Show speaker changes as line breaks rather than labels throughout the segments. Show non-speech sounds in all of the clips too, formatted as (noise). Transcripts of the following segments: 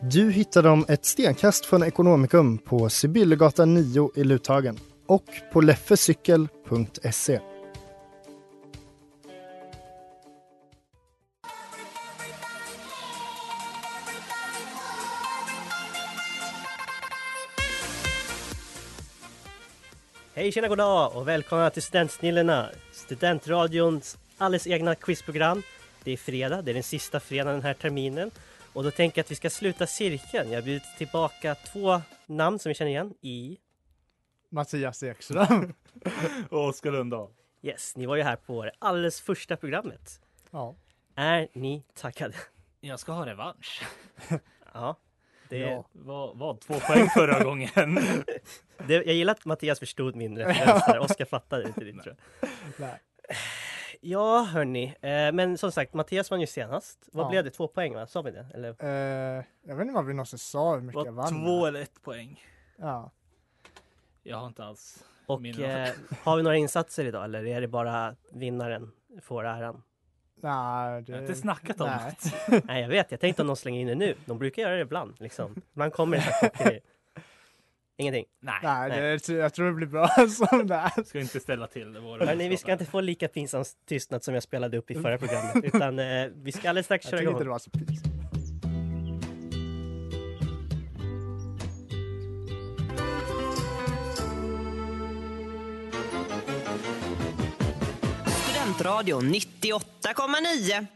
Du hittar dem ett stenkast från Ekonomikum på Sibyllegatan 9 i Luthagen och på leffecykel.se.
Hej, tjena, god dag och välkomna till Studentsnillena, Studentradions alldeles egna quizprogram. Det är fredag, det är den sista fredagen den här terminen och då tänker jag att vi ska sluta cirkeln. Jag har bjudit tillbaka två namn som vi känner igen i
Mattias Ekström och Oskar Lundahl.
Yes, ni var ju här på det alldeles första programmet.
Ja.
Är ni taggade?
Jag ska ha revansch.
(laughs) Ja. Det,
Ja.
Vad, vad två poäng
(laughs)
förra gången?
det, jag gillar att Mattias förstod min referens
(laughs)
där. Oskar fattade inte det tror jag.
Nej.
Ja, hörni. Eh, men som sagt, Mattias vann ju senast. Vad
Ja.
blev det? Två poäng, va? Sa vi det? Eller?
Eh, jag vet inte vad vi någonsin sa hur mycket jag
Vad,
vann.
två eller ett poäng?
Ja.
Jag har inte alls.
Och
Mindre.
eh, har vi några insatser idag eller är det bara vinnaren får äran?
Nej,
Jag
det...
har inte snackat om
Nej.
det.
Nej, jag vet. Jag tänkte om någon slänger in det nu. De brukar göra det ibland. Liksom. Ibland kommer det så här chockgrejer. Ingenting.
Nej,
(laughs) Nej,
Nej.
Det, jag tror det blir bra (laughs) som det är.
ska inte ställa till det. Våra
Hörni, vi ska
vänskaper.
inte få lika pinsam tystnad som jag spelade upp i förra programmet. Utan eh, vi ska alldeles strax
Jag
köra
tycker inte det
igång.
var så pinsamt.
Studentradion 98,9.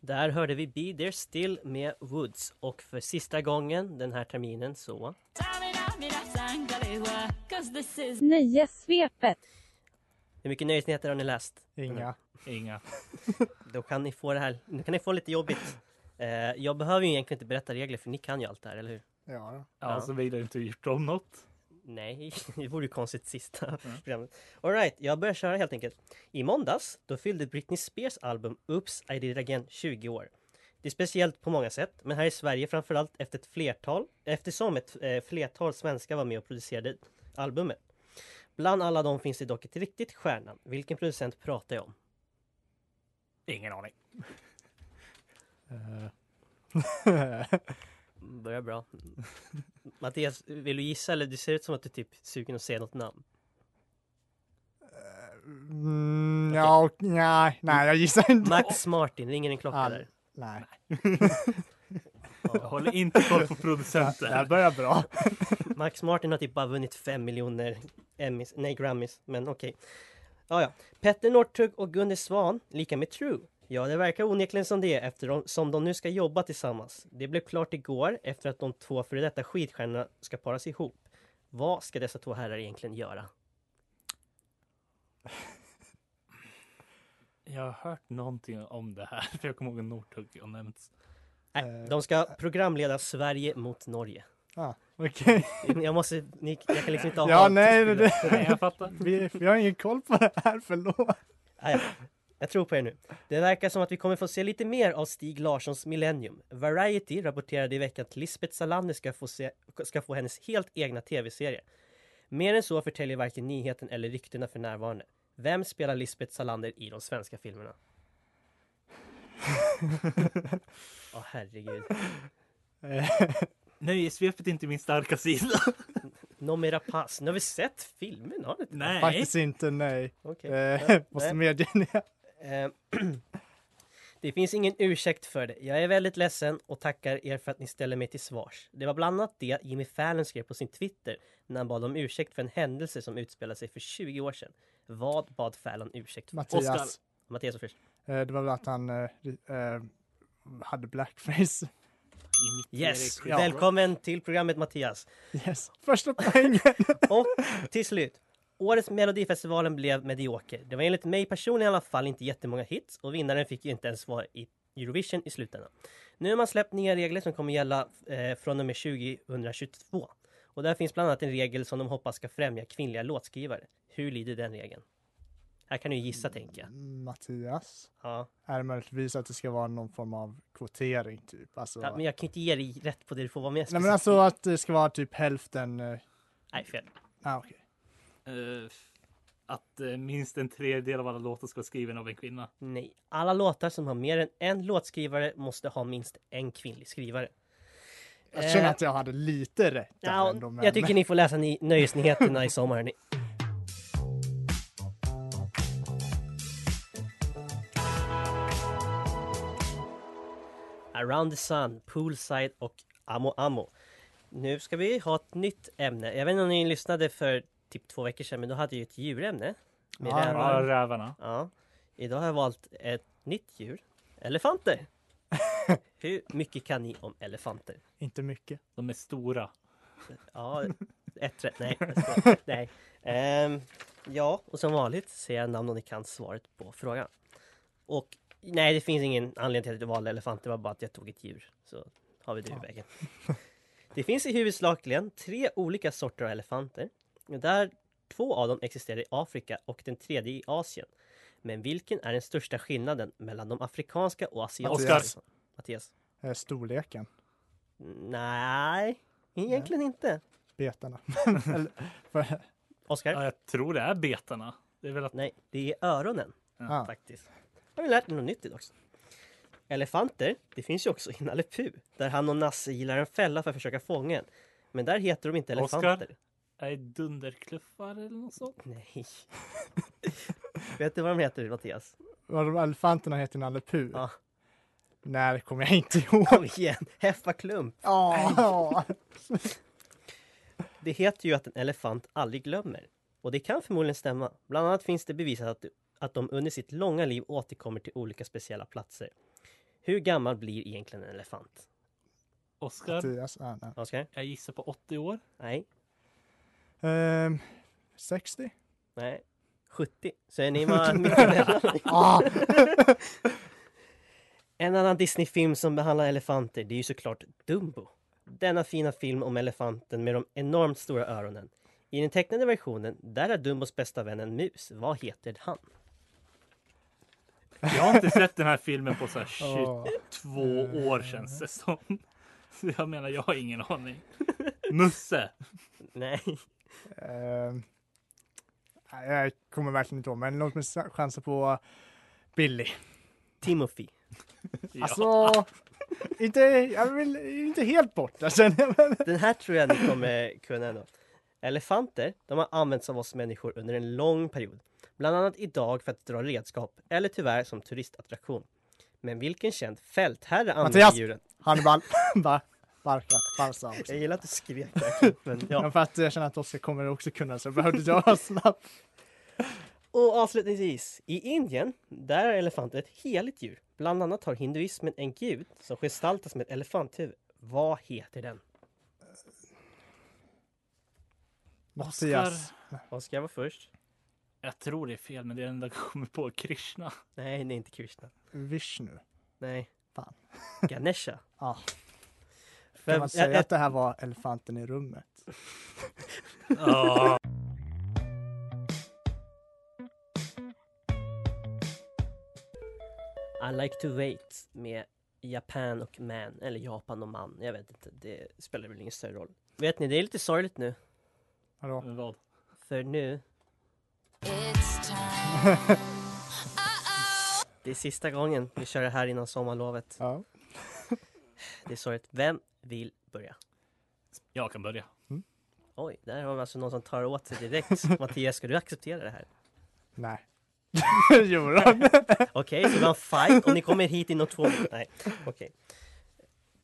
Där hörde vi Be There Still med Woods. Och för sista gången den här terminen så
Nöjessvepet.
Hur mycket nöjesnyheter har ni läst?
Inga.
Inga.
Då kan ni få det här, nu kan ni få lite jobbigt. Eh, jag behöver ju egentligen inte berätta regler för ni kan ju allt det här, eller hur?
Ja, då.
Ja.
Ja, så Alltså, vi har inte gjort om något.
Nej, (laughs) det vore ju konstigt sista programmet. Alright, jag börjar köra helt enkelt. I måndags, då fyllde Britney Spears album Oops, I did it again 20 år. Det är speciellt på många sätt, men här i Sverige framförallt efter ett flertal, eftersom ett eh, flertal svenskar var med och producerade albumet. Bland alla dem finns det dock ett riktigt stjärnamn. Vilken producent pratar jag om?
Ingen aning. Eh. (laughs)
Börjar bra. Mattias, vill du gissa eller du ser ut som att du typ är sugen att säga något namn?
Eh, Mm, ja, och, nej, nej, jag gissar inte.
Max Martin, ringer en klocka
Ja,
där?
Nej,
Jag håller inte koll på producenten.
det här börjar bra.
Max Martin har typ bara vunnit 5 miljoner Emmys, nej Grammys, men okej. Ja, ja. Petter Northug och Gunde Svan, lika med True. Ja, det verkar onekligen som det eftersom som de nu ska jobba tillsammans. Det blev klart igår efter att de två före detta skidstjärnorna ska paras ihop. Vad ska dessa två herrar egentligen göra?
Jag har hört någonting om det här, för jag kommer ihåg att Northug har nämnts.
Nej, Äh,
Eh,
de ska programleda Sverige mot Norge.
Ja, Okej.
Jag måste, ni, jag kan liksom inte ha
Ja,
allt
nej,
till
det-
spillan.
Nej, jag fattar.
Vi, vi har ingen koll på det här, förlåt.
Ah, ja. Jag tror på er nu. Det verkar som att vi kommer få se lite mer av Stig Larssons Millennium. Variety rapporterade i veckan att Lisbeth Salander ska få, se, ska få hennes helt egna tv-serie. Mer än så förtäljer varken nyheten eller ryktena för närvarande. Vem spelar Lisbeth Salander i de svenska filmerna? Åh herregud.
Nej, svepet är inte min
(laughs)
starka sida.
Noomi Rapace. Nu har vi sett filmen, har ni inte?
Nej.
Faktiskt inte, nej.
Okej.
Eh,
Ja,
måste
nej.
medge det.
Eh, (clears throat) Det finns ingen ursäkt för det. Jag är väldigt ledsen och tackar er för att ni ställer mig till svars. Det var bland annat det Jimmy Fallon skrev på sin Twitter när han bad om ursäkt för en händelse som utspelade sig för 20 år sedan. Vad bad Fallon ursäkt för?
Oscar.
Mattias.
Mattias och Frisch.
Eh, Det var väl att han eh, eh, hade blackface.
Yes!
Ja.
Välkommen till programmet Mattias.
Yes. (laughs) Första poängen.
Och till slut. Årets Melodifestivalen blev medioker. Det var enligt mig personligen i alla fall inte jättemånga hits och vinnaren fick ju inte ens vara i Eurovision i slutändan. Nu har man släppt nya regler som kommer gälla eh, från och med 2022. Och där finns bland annat en regel som de hoppas ska främja kvinnliga låtskrivare. Hur lyder den regeln? Här kan du gissa tänker jag.
Mattias.
Ja.
Är det möjligtvis att det ska vara någon form av kvotering typ? Alltså,
ja, men jag kan inte ge dig rätt på det, du får vara med.
Nej men alltså att det ska vara typ hälften. eh,
Nej, fel.
Ah, okej.
Eh, att eh, minst en tredjedel av alla låtar ska vara skriven av en kvinna.
Nej, alla låtar som har mer än en låtskrivare måste ha minst en kvinnlig skrivare.
Jag känner
Eh,
att jag hade lite rätt där
Ja,
ändå. Men...
jag tycker ni får läsa ni- nöjesnyheterna i sommar. hörni. Around the Sun, Poolside och Amo Amo. Nu ska vi ha ett nytt ämne. Jag vet inte om ni lyssnade för typ två veckor sedan, men då hade jag ju ett djurämne. Med
Ja,
rävar.
Ja, rävarna.
Ja. Idag har jag valt ett nytt djur.
(laughs)
Elefanter. Hur mycket kan ni om elefanter?
Inte mycket.
De är stora.
Eh. Ja, ett rätt. Nej. jag skojar. Nej. Ehm, ja, och som vanligt säger jag namn om ni kan svaret på frågan. Och nej, det finns ingen anledning till att jag valde elefant. Det var bara att jag tog ett djur. Så har vi det ur vägen. Det finns i huvudsakligen tre olika sorter av elefanter. Där två av dem existerar i Afrika och den tredje i Asien. Men vilken är den största skillnaden mellan de afrikanska och asiatiska?
Oscars.
Mattias?
Eh, Storleken.
Nej, egentligen inte.
Betarna. (laughs) Eller, för,
Oscar?
Ja, jag tror det är betarna. Det är väl att...
Nej, det är öronen
Ja.
faktiskt. Har vi lärt mig något nytt idag också. Elefanter, det finns ju också i Nalle Puh, där han och Nasse gillar en fälla för att försöka fånga en. Men där heter de inte
Oscar?
elefanter.
Är det dunderkluffar eller något sånt?
Nej. (laughs) Vet du vad de heter Mattias?
vad de elefanterna heter Nalle Puh.
Ja.
När kommer jag inte ihåg.
Kom igen, Heffaklump!
(laughs) Ja.
Det heter ju att en elefant aldrig glömmer. Och det kan förmodligen stämma. Bland annat finns det bevisat att, att de under sitt långa liv återkommer till olika speciella platser. Hur gammal blir egentligen en elefant?
Oskar,
(laughs) Mattias. Ja, nej.
Oskar?
jag gissar på 80 år.
Nej.
Ehm, 60?
Nej. 70. Så är ni bara mittemellan.
Ah,
En annan Disney-film som behandlar elefanter, det är ju såklart Dumbo. Denna fina film om elefanten med de enormt stora öronen. I den tecknade versionen, där är Dumbos bästa vän en mus. Vad heter han?
Jag har inte sett den här filmen på så här
Ja.
22 år känns det som. Så jag menar, jag har ingen aning. Musse!
Nej,
ehm, nej, jag kommer verkligen inte ihåg, men låt mig sa- chansa på Billy.
Timothy.
Ja.
Alltså, inte, jag vill, inte helt borta känner jag. (laughs) men-
Den här tror jag ni kommer kunna ändå. Elefanter, de har använts av oss människor under en lång period. Bland annat idag för att dra redskap, eller tyvärr som turistattraktion. Men vilken känd fältherre använde
Mattias!
djuren?
(laughs)
Hannibal. Ba, barka, Barca också.
Jag gillar att du skrek verkligen, (laughs) men ja.
Men för att jag känner att Oskar kommer också kunna så behövde jag (laughs) vara snabb.
Och avslutningsvis, i Indien, där är elefanten ett heligt djur. Bland annat har hinduismen en gud som gestaltas med ett elefanthuvud. Vad heter den?
Mattias.
Oskar var först.
Jag tror det är fel, men det är den enda jag kommer på. Krishna.
Nej, det är inte Krishna.
Vishnu.
Nej.
Fan.
Ganesha.
Ja. Kan
Vem,
man säga
ä- ä-
att det här var elefanten i rummet?
Ja.
I like to wait med Japan och man, eller Japan och man. Jag vet inte, det spelar väl ingen större roll. Vet ni, det är lite sorgligt nu.
Vadå?
Men Vad?
För nu, det är sista gången vi kör det här innan sommarlovet.
Ja.
Det är sorgligt. Vem vill börja?
Jag kan börja.
Oj, där har vi alltså någon som tar åt sig direkt. Mattias, ska du acceptera det här?
Nej. jo då.
Okej, så det var en fight och ni kommer hit inom två minuter. Nej, okej.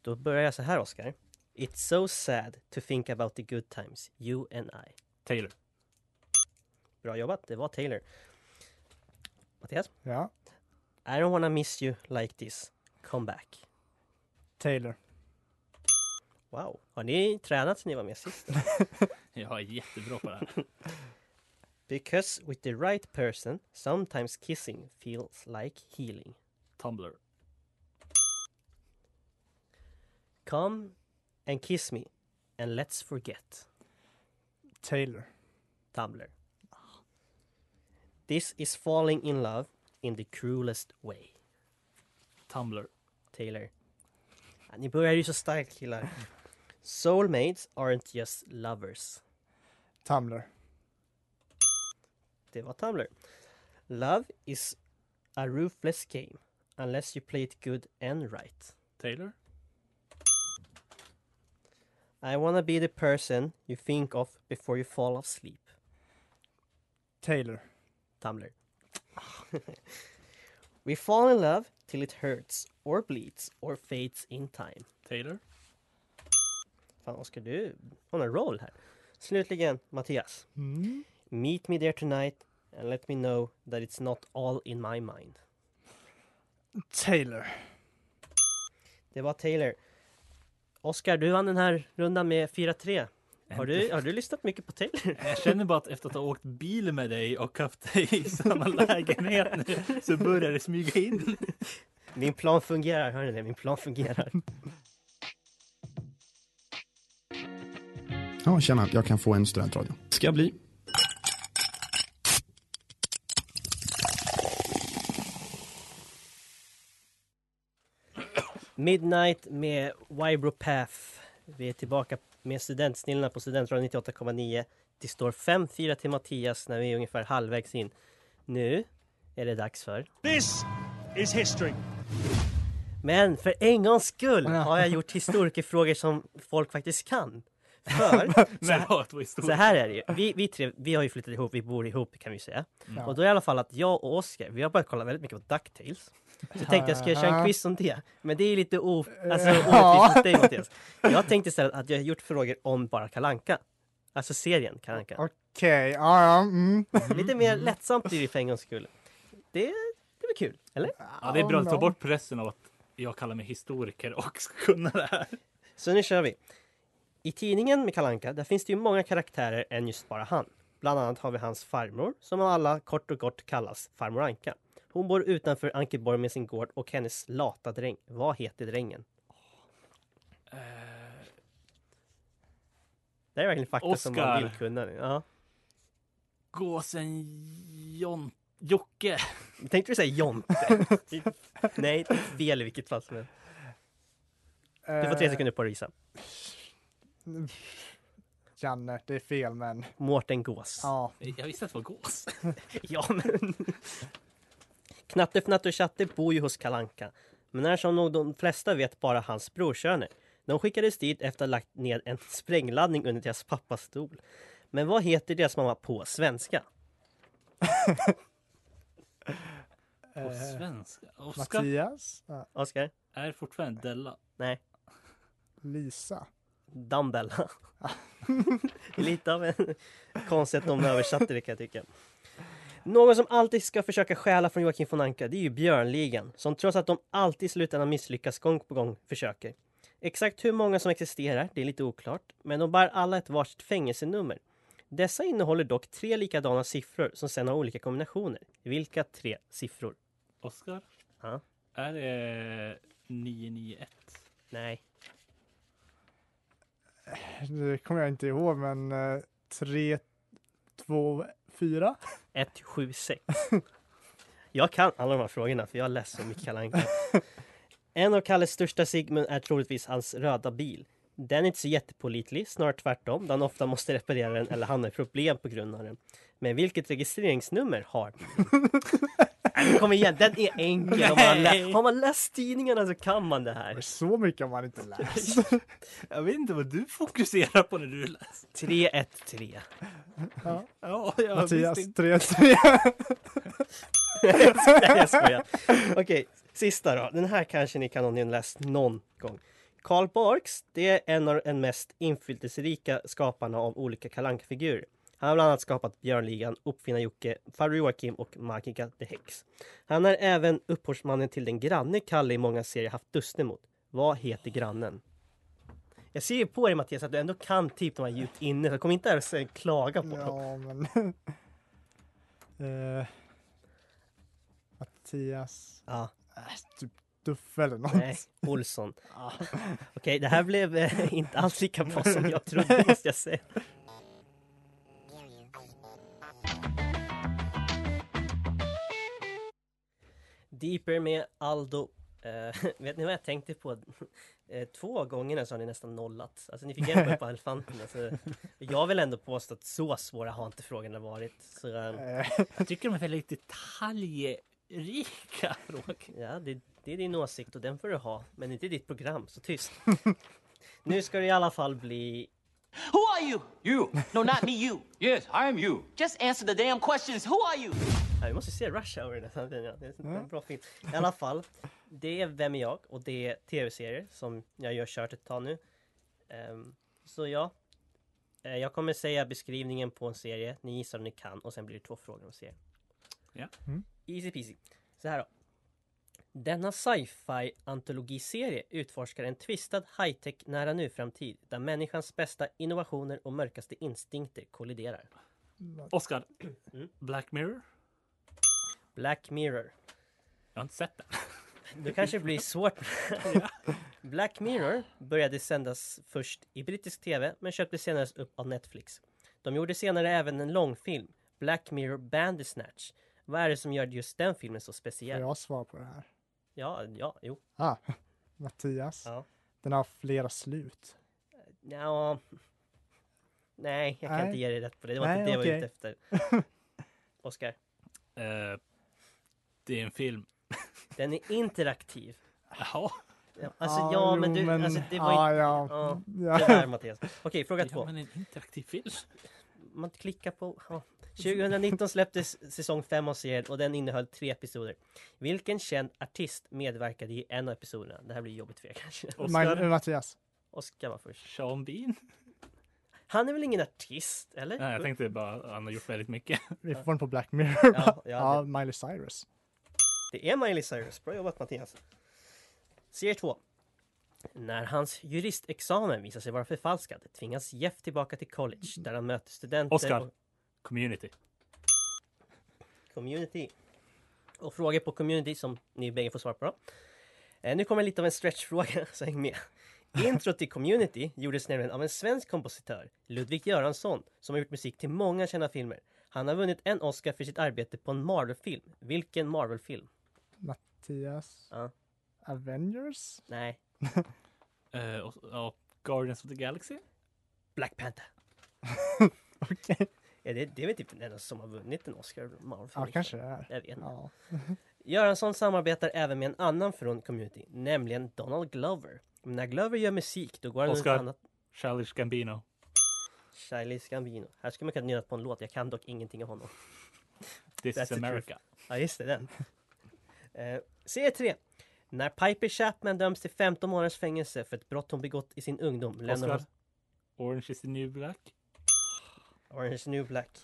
Då börjar jag så här, Oscar. It's so sad to think about the good times, you and I.
Taylor.
Bra jobbat, det var Taylor. Mattias?
(laughs) Ja,
I don't wanna miss you like this. Come back.
Taylor.
Wow. Har ni tränat sen ni var med sist?
Jag är jättebra på det här.
Because with the right person, sometimes kissing feels like healing.
Tumblr.
Come and kiss me and let's forget.
Taylor.
Tumblr. This is falling in love in the cruelest way.
Tumblr.
Taylor. Ja, Ni börjar ju så starkt killar. Soulmates aren't just lovers.
Tumblr.
Det var Tumblr. Love is a ruthless game unless you play it good and right.
Taylor.
I wanna be the person you think of before you fall asleep.
Taylor.
Mm.
Tumblr. (laughs) We fall in love till it hurts or bleeds or fades in time.
Taylor.
Fan, Oskar, du har en roll här. Slutligen, Mattias. Meet me there tonight and let me know that it's not all in my mind.
Taylor.
Det var Taylor. Oskar, du vann den här rundan med 4-3. Har du, har du lyssnat mycket på Taylor? (laughs)
Jag känner bara att efter att ha åkt bil med dig och haft dig i samma lägenhet nu så börjar det smyga in.
Min plan fungerar, hör ni det? Min plan fungerar.
Ja, tjena, jag kan få en studentradio. Ska bli.
Midnight med Vibro Path. Vi är tillbaka med Studentsnillena på Studentradion 98,9. Det står 5-4 till Mattias när vi är ungefär halvvägs in. Nu är det dags för...
This is history.
Men för en gångs skull har jag gjort historikerfrågor som folk faktiskt kan. För
Förlåt vår
så
historia.
här är det ju. Vi, vi tre, vi har ju flyttat ihop, vi bor ihop kan vi säga. Och då är i alla fall att jag och Oskar, vi har börjat kolla väldigt mycket på DuckTales. Så tänkte jag, ska jag köra en quiz om det? Men det är lite o- alltså, orättvist mot dig Mattias. Jag tänkte istället att jag har gjort frågor om bara Kalanka. Alltså serien Kalanka.
Okej, ja, ja. Mm.
Lite mer lättsamt blir det för en gångs skull. Det, det blir kul, eller?
Ja, det är bra att ta bort pressen av att jag kallar mig historiker och ska kunna det här.
Så nu kör vi. I tidningen med Kalanka, där finns det ju många karaktärer än just bara han. Bland annat har vi hans farmor, som av alla kort och gott kallas farmor Anka. Hon bor utanför Ankeborg med sin gård och hennes lata dräng. Vad heter drängen? Det här är verkligen fakta som man
Oscar.
vill kunna nu. Ja.
Gåsen Jon... Jocke.
Tänkte du säga Jonte? Nej, det är fel i vilket fall som helst. Du
Eh,
får tre sekunder på dig att gissa.
Janne, det är fel men.
Mårten Gås.
Ja,
Jag visste att det var gås.
(laughs) Ja, men... Knatte, Fnatte och Tjatte bor ju hos Kalanka. Men är som nog de flesta vet bara hans brorsöner. De skickades dit efter att ha lagt ned en sprängladdning under deras pappas stol. Men vad heter deras mamma på svenska?
På svenska. Oskar
Mattias. Ja,
Oskar?
är fortfarande Della.
Nej.
Lisa.
Dambella. (laughs) Lite av en konstigt att de översatte det kan jag tycka. Någon som alltid ska försöka stjäla från Joakim von Anka det är ju Björnligan som trots att de alltid i slutändan misslyckas gång på gång försöker. Exakt hur många som existerar, det är lite oklart, men de bär alla ett varsitt fängelsenummer. Dessa innehåller dock tre likadana siffror som sedan har olika kombinationer. Vilka tre siffror?
Oskar?
Ja.
Är eh, det 991?
Nej,
Det kommer jag inte ihåg men eh, tre, två, fyra.
176. Jag kan alla de här frågorna för jag har läst så mycket Kalle Anka. En av Kalles största Sigmund är troligtvis hans röda bil. Den är inte så jättepålitlig, snarare tvärtom, då han ofta måste reparera den eller hamna i problem på grund av den. Men vilket registreringsnummer har bilen? Nej, kom igen, den är enkel. Om man lä-
Nej.
har man läst tidningarna så kan man det här.
Så mycket har man inte läst.
Jag vet inte vad du fokuserar på när du läser.
3-1-3.
Ja.
Ja, jag
Mattias,
visste inte.
(laughs)
3-3.
Nej, jag skojar. Okej, sista då. Den här kanske ni kan om ni har läst någon gång. Karl Barks, det är en av de mest inflytelserika skaparna av olika kalankfigurer. Han har bland annat skapat Björnligan, Uppfinnar-Jocke, Farbror Joakim och Magica the Hex. Han är även upphovsmannen till den granne Kalle i många serier haft duster mot. Vad heter grannen? Jag ser ju på dig Mattias att du ändå kan typ de här djupt inne, så kom inte här och säg- klaga på dem.
Ja, men... (laughs) Eh, Mattias...
Ja.
Äh, typ Duffe eller något.
Nej, Olsson. Okej, det här blev eh, inte alls lika bra som jag trodde måste jag säga. Deeper med Aldo. Eh, (laughs) vet ni vad jag tänkte på? Eh, två gånger nu så har ni nästan nollat. Alltså ni fick en poäng på elefanten. Alltså, jag vill ändå påstå att så svåra har inte frågorna varit. Så, eh,
Eh,
Jag tycker de är väldigt detaljrika frågor.
Ja, det, det är din åsikt och den får du ha. Men inte i ditt program,
(laughs)
så tyst. nu ska det i alla fall bli...
Who are you? You. No, not me, you. Yes, I am you. Just answer the damn questions. Who are you?
Ja, vi måste se Rush Hour i den här tiden, ja. Det är en bra film. I alla fall, det är Vem är jag? Och det är tv-serier som jag gör kört ett tag nu. Ehm, så ja. Eh, Jag kommer säga beskrivningen på en serie, ni gissar om ni kan och sen blir det två frågor om serien.
Ja.
Mm.
Easy peasy. Så här då. Denna sci-fi antologiserie utforskar en tvistad high-tech nära nu-framtid där människans bästa innovationer och mörkaste instinkter kolliderar.
Oscar,
Mm.
Black Mirror?
Black Mirror.
Jag har inte sett den.
Det kanske blir svårt. Black Mirror började sändas först i brittisk tv men köptes senare upp av Netflix. De gjorde senare även en långfilm, Black Mirror Bandersnatch. Vad är det som gör just den filmen så
Får
speciell? Ja,
jag svar på det här?
ja, jo.
Ah, Mattias.
Ja.
Den har flera slut.
Nja. Nej, jag kan
Nej.
inte ge dig rätt på det. Det var
Nej,
inte det jag var
okej.
ute efter.
(laughs)
Oscar,
Eh, det är en film.
den är interaktiv.
Jaha.
Ja, Alltså
Ah,
ja,
jo,
men du, alltså det var
ah,
inte...
ja.
Ja,
Ja.
det
(laughs)
där Mattias. Okej, fråga två.
Ja, men en interaktiv film.
man klickar på... Ja. 2019 släpptes säsong 5 av serien och den innehöll tre episoder. Vilken känd artist medverkade i en av episoderna? Det här blir jobbigt för er kanske.
Mag- eh, Mattias.
Oscar var först.
Sean Bean?
Han är väl ingen artist, eller?
Nej, jag tänkte bara att han har gjort väldigt mycket.
Vi får den på Black Mirror.
Ja, ja,
Ja, Miley Cyrus.
Det är Miley Cyrus. Bra jobbat Mattias. Serie 2. När hans juristexamen visar sig vara förfalskad tvingas Jeff tillbaka till college där han möter studenter
Oscar.
och
Community.
community. Och frågor på community som ni bägge får svara på då. Eh, nu kommer lite av en stretchfråga, (laughs) så häng med. Intro till community gjordes nämligen av en svensk kompositör, Ludvig Göransson, som har gjort musik till många kända filmer. Han har vunnit en Oscar för sitt arbete på en Marvel-film. Vilken Marvel-film?
Mattias.
Ja.
Avengers?
Nej,
Eh, och, ja, Guardians of the Galaxy?
Black Panther.
(laughs) Okej.
Ja, det, det är väl typ den enda som har vunnit en Oscar Marvel-film.
Ja, kanske det är.
Jag vet inte.
Ja.
Göransson samarbetar även med en annan från community, nämligen Donald Glover. Men när Glover gör musik, då går han
Oscar.
ett annat
Childish Gambino?
Charlie Scambino. Här skulle man kunna nynna på en låt, jag kan dock ingenting av honom.
This
That's
is
the truth.
America?
Ja, just det,
(laughs)
den. Eh, Serie 3. När Piper Chapman döms till 15 månaders fängelse för ett brott hon begått i sin ungdom lämnar hon
Oscar? Orange is the new black?
Orange is the New Black.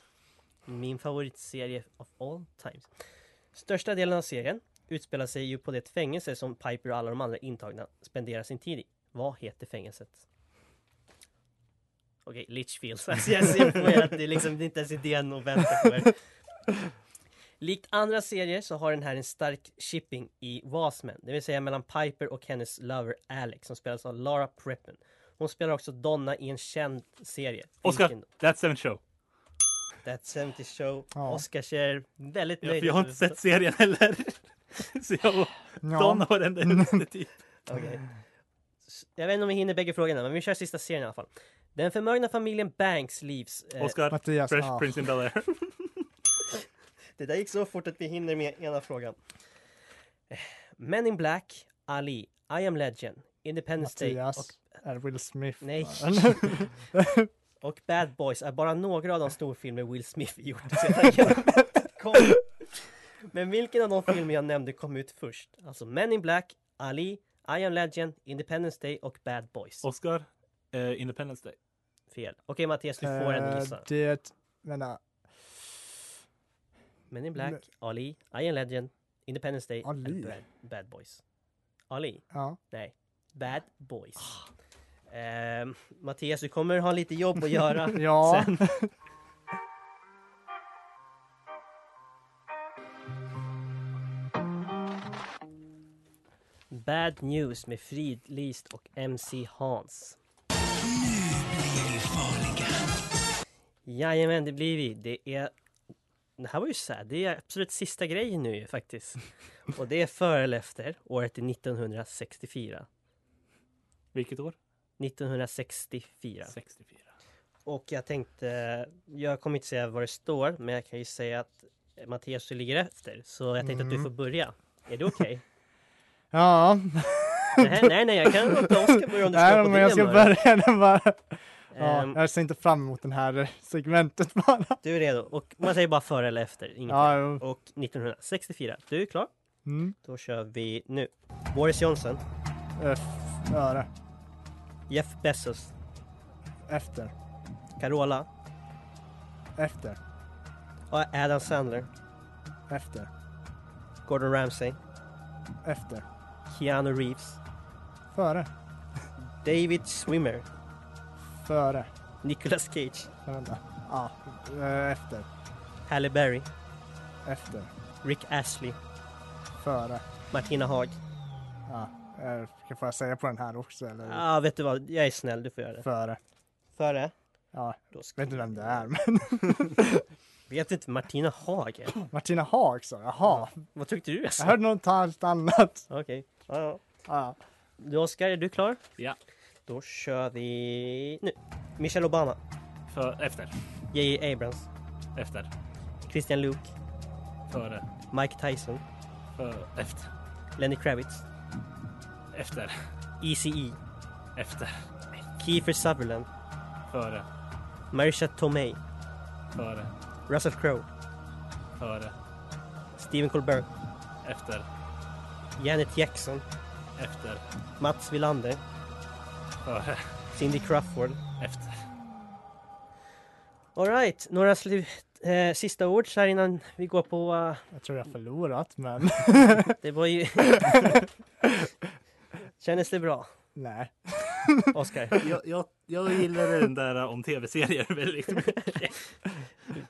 Min favoritserie of all times. Största delen av serien utspelar sig ju på det fängelse som Piper och alla de andra intagna spenderar sin tid i. Vad heter fängelset? Okej, Litchfields. (laughs) Alltså jag ser på er att det är liksom det är inte ens idén att vänta på er. Likt andra serier så har den här en stark shipping i Wasmen, det vill säga mellan Piper och hennes lover Alex som spelas av Lara Prepon. Hon spelar också Donna i en känd serie.
Oscar,
Vilken då?
That 70 Show.
That 70 Show.
Ja.
Oscar ser väldigt
Ja,
nöjd
för jag har
ut.
inte sett serien heller. (laughs) Så jag var donna varenda ute typ.
Okej. S- Jag vet inte om vi hinner bägge frågorna, men vi kör sista serien i alla fall. Den förmögna familjen Banks livs... (laughs) eh,
Oscar,
Mattias.
Fresh
ja.
Prince in Bel-Air.
Det där gick så fort att vi hinner med ena frågan. Eh, Men in Black, Ali, I am Legend, Independence Day
Mattias
och
är Will Smith.
Nej.
Men-
(laughs) Och Bad Boys är bara några av de storfilmer Will Smith (laughs) gjort sedan genombrottet kom. Men vilken av de filmer jag nämnde kom ut först? Alltså Men in Black, Ali, I am Legend, Independence Day och Bad Boys.
Oscar, eh, Independence Day.
Fel. Okej Mattias, du får en
Eh,
gissa.
Det, vänta.
Men in Black, Ali, I am Legend, Independence Day
Ali?
and Bad, Bad Boys. Ali?
Ja.
Nej. Bad Boys.
Ah.
Ehm, Mattias, du kommer ha lite jobb att göra
(laughs) Ja.
sen. (laughs) Bad News med Frid List och MC Hans. Jajamän, det blir vi. Det är... Det här var ju sad. Det är absolut sista grejen nu ju faktiskt. Och det är före eller efter. Året är 1964.
Vilket år?
1964.
64.
Och jag tänkte... Jag kommer inte säga vad det står, men jag kan ju säga att Mattias, du ligger efter. Så jag tänkte att du
Mm.
får börja. Är det okej?
(laughs) Ja.
Nej, nej, nej, jag kan låta Oskar börja om du ska
Nej,
på
men jag
det
ska
humöret.
börja (laughs) den bara. Ja,
Ehm. Mm,
jag ser inte fram emot den här segmentet bara.
Du är redo. Och man säger bara före eller efter. Inget
Ja,
mer. och 1964. Du är klar?
Mm.
Då kör vi nu. Boris Johnson.
Eh, Före.
Jeff Bezos.
Efter.
Carola.
Efter.
Och Adam Sandler.
Efter.
Gordon Ramsay.
Efter.
Keanu Reeves.
Före.
David Swimmer.
Före.
Nicolas Cage.
Vänta. Ja. Eh, Efter.
Halle Berry.
Efter.
Rick Astley.
Före.
Martina Haag.
Ja. eh, Får jag säga på den här också eller?
Ja, ah, vet du vad? Jag är snäll. Du får göra det.
Före.
Före?
Ja.
Då ska...
Vet inte vem det är (laughs) men.
Vet inte Martina Haag? är? (clears throat)
Martina Haag sa jag. Jaha.
Vad tyckte du? jag sa?
Jag hörde något allt annat.
Okej. Ja, ja.
Ja.
Du Oskar, är du klar?
Ja.
Då kör vi nu. Michelle Obama.
För, efter.
J.J. Abrams.
Efter.
Christian Luke.
Före.
Mike Tyson.
För, efter.
Lenny Kravitz.
Efter.
ECE.
Efter.
Kiefer Sutherland.
Före.
Marisha Tomei.
Före.
Russell Crowe.
Före.
Stephen Colbert.
Efter.
Janet Jackson.
Efter.
Mats Wilander.
Före.
Cindy Crawford.
Efter.
Alright, några slut, eh, sista ord så här innan vi går på... eh,
Jag tror jag har förlorat men. (laughs)
det var ju... Kändes det bra?
Nej.
Oskar?
Jag, jag, jag gillar den där eh, om tv-serier (laughs) väldigt mycket.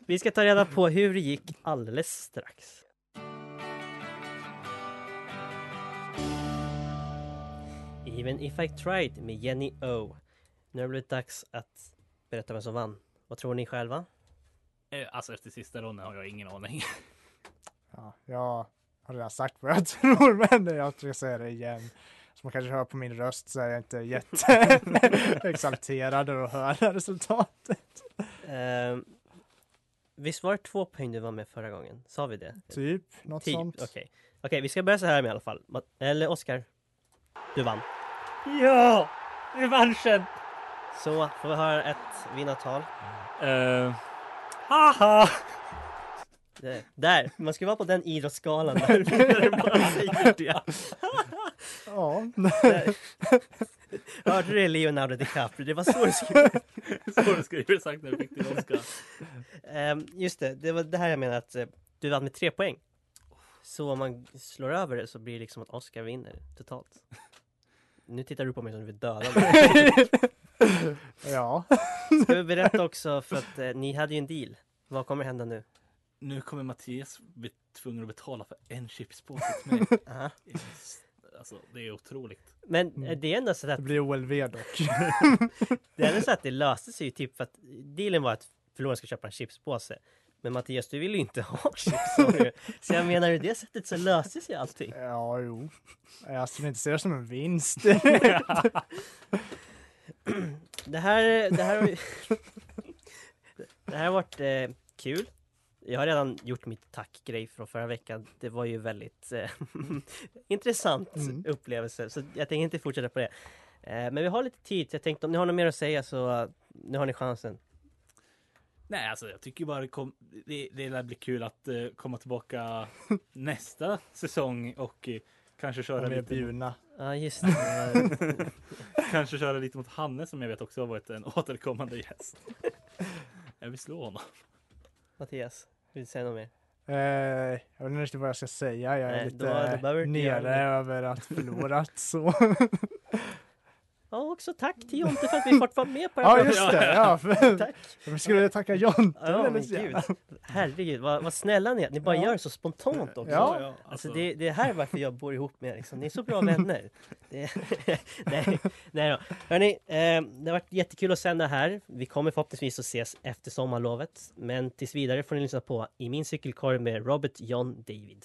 Vi ska ta reda på hur det gick alldeles strax. Even if I tried med Jenny O. Nu har det blivit dags att berätta vem som vann. Vad tror ni själva?
Eh, Alltså efter sista ronden har jag ingen aning.
Ja, jag har redan sagt vad jag (laughs) tror, men jag ska säga det igen. Som man kanske hör på min röst så är jag inte (laughs) jätteexalterad över att höra resultatet.
Ehm, visst var det två poäng du var med förra gången? Sa vi det?
Typ, något
Typ,
sånt.
Okej, Okej, vi ska börja så här med i alla fall. Ma- Eller Oskar, du vann.
Ja! Revanschen!
Så får vi höra ett vinnartal.
Uh, haha! (laughs)
Det- Där! Man ska vara på den
(laughs)
idrottsskalan där. Där det bara säger det.
Ja.
Där. Hörde du det Leonardo DiCaprio? Det var så du skulle...
(laughs) Så du skulle sagt när du fick din Oscar.
(laughs) Ehm, just det, det var det här jag menar att eh, du vann med tre poäng. Så om man slår över det så blir det liksom att Oscar vinner totalt. Nu tittar du på mig som du vill döda mig.
ja.
Ska vi berätta också för att eh, ni hade ju en deal. Vad kommer hända nu?
Nu kommer Mattias bli tvungen att betala för en chipspåse till mig. (laughs)
Aha.
Alltså det är otroligt.
Men eh, det är ändå så att
Det blir OLV dock.
Det är ändå så att det löste sig ju typ för att dealen var att förloraren ska köpa en chipspåse. Men Mattias, du vill ju inte ha chips sa du. Så jag menar, ur det sättet så löste sig allting.
Ja, jo. Jag skulle inte se det som en vinst.
(laughs) (laughs) Det här, det här har ju... Det här har varit eh, kul. Jag har redan gjort mitt tackgrej från förra veckan. Det var ju väldigt eh, (laughs) intressant
Mm.
upplevelse, så jag tänker inte fortsätta på det. Eh, men vi har lite tid, så jag tänkte om ni har något mer att säga så eh, nu har ni chansen.
Nej, alltså jag tycker bara det, kom, det, det lär bli kul att eh, komma (laughs) tillbaka nästa säsong och eh, kanske köra
Om vi är
lite...
bjudna.
Ja, just
(laughs)
det.
kanske köra lite mot Hanne som jag vet också har varit en (laughs) återkommande (laughs) gäst. Jag vill slå honom.
Mattias, vill du säga något mer?
Eh, jag vet inte riktigt vad jag ska säga. Jag är
Nej, då-
lite
då behöver du inte göra
nere
det.
över att förlorat
(laughs)
så.
Ja, också tack till Jonte för att vi fått vara med på det här
ja,
(laughs)
just det. Ja, för,
Tack!
Vi skulle tacka Jonte
Ja, men
väldigt
gud.
gärna.
Herregud, vad, vad snälla ni är. Ni bara gör det så spontant också.
Ja. Ja,
Alltså, det, det är här varför jag bor ihop med er. Liksom. Ni är så bra vänner. Det, (laughs) nej, nej då. Hörrni, eh, det har varit jättekul att sända här. Vi kommer förhoppningsvis att ses efter sommarlovet. Men tills vidare får ni lyssna på I min cykelkorg med Robert John David.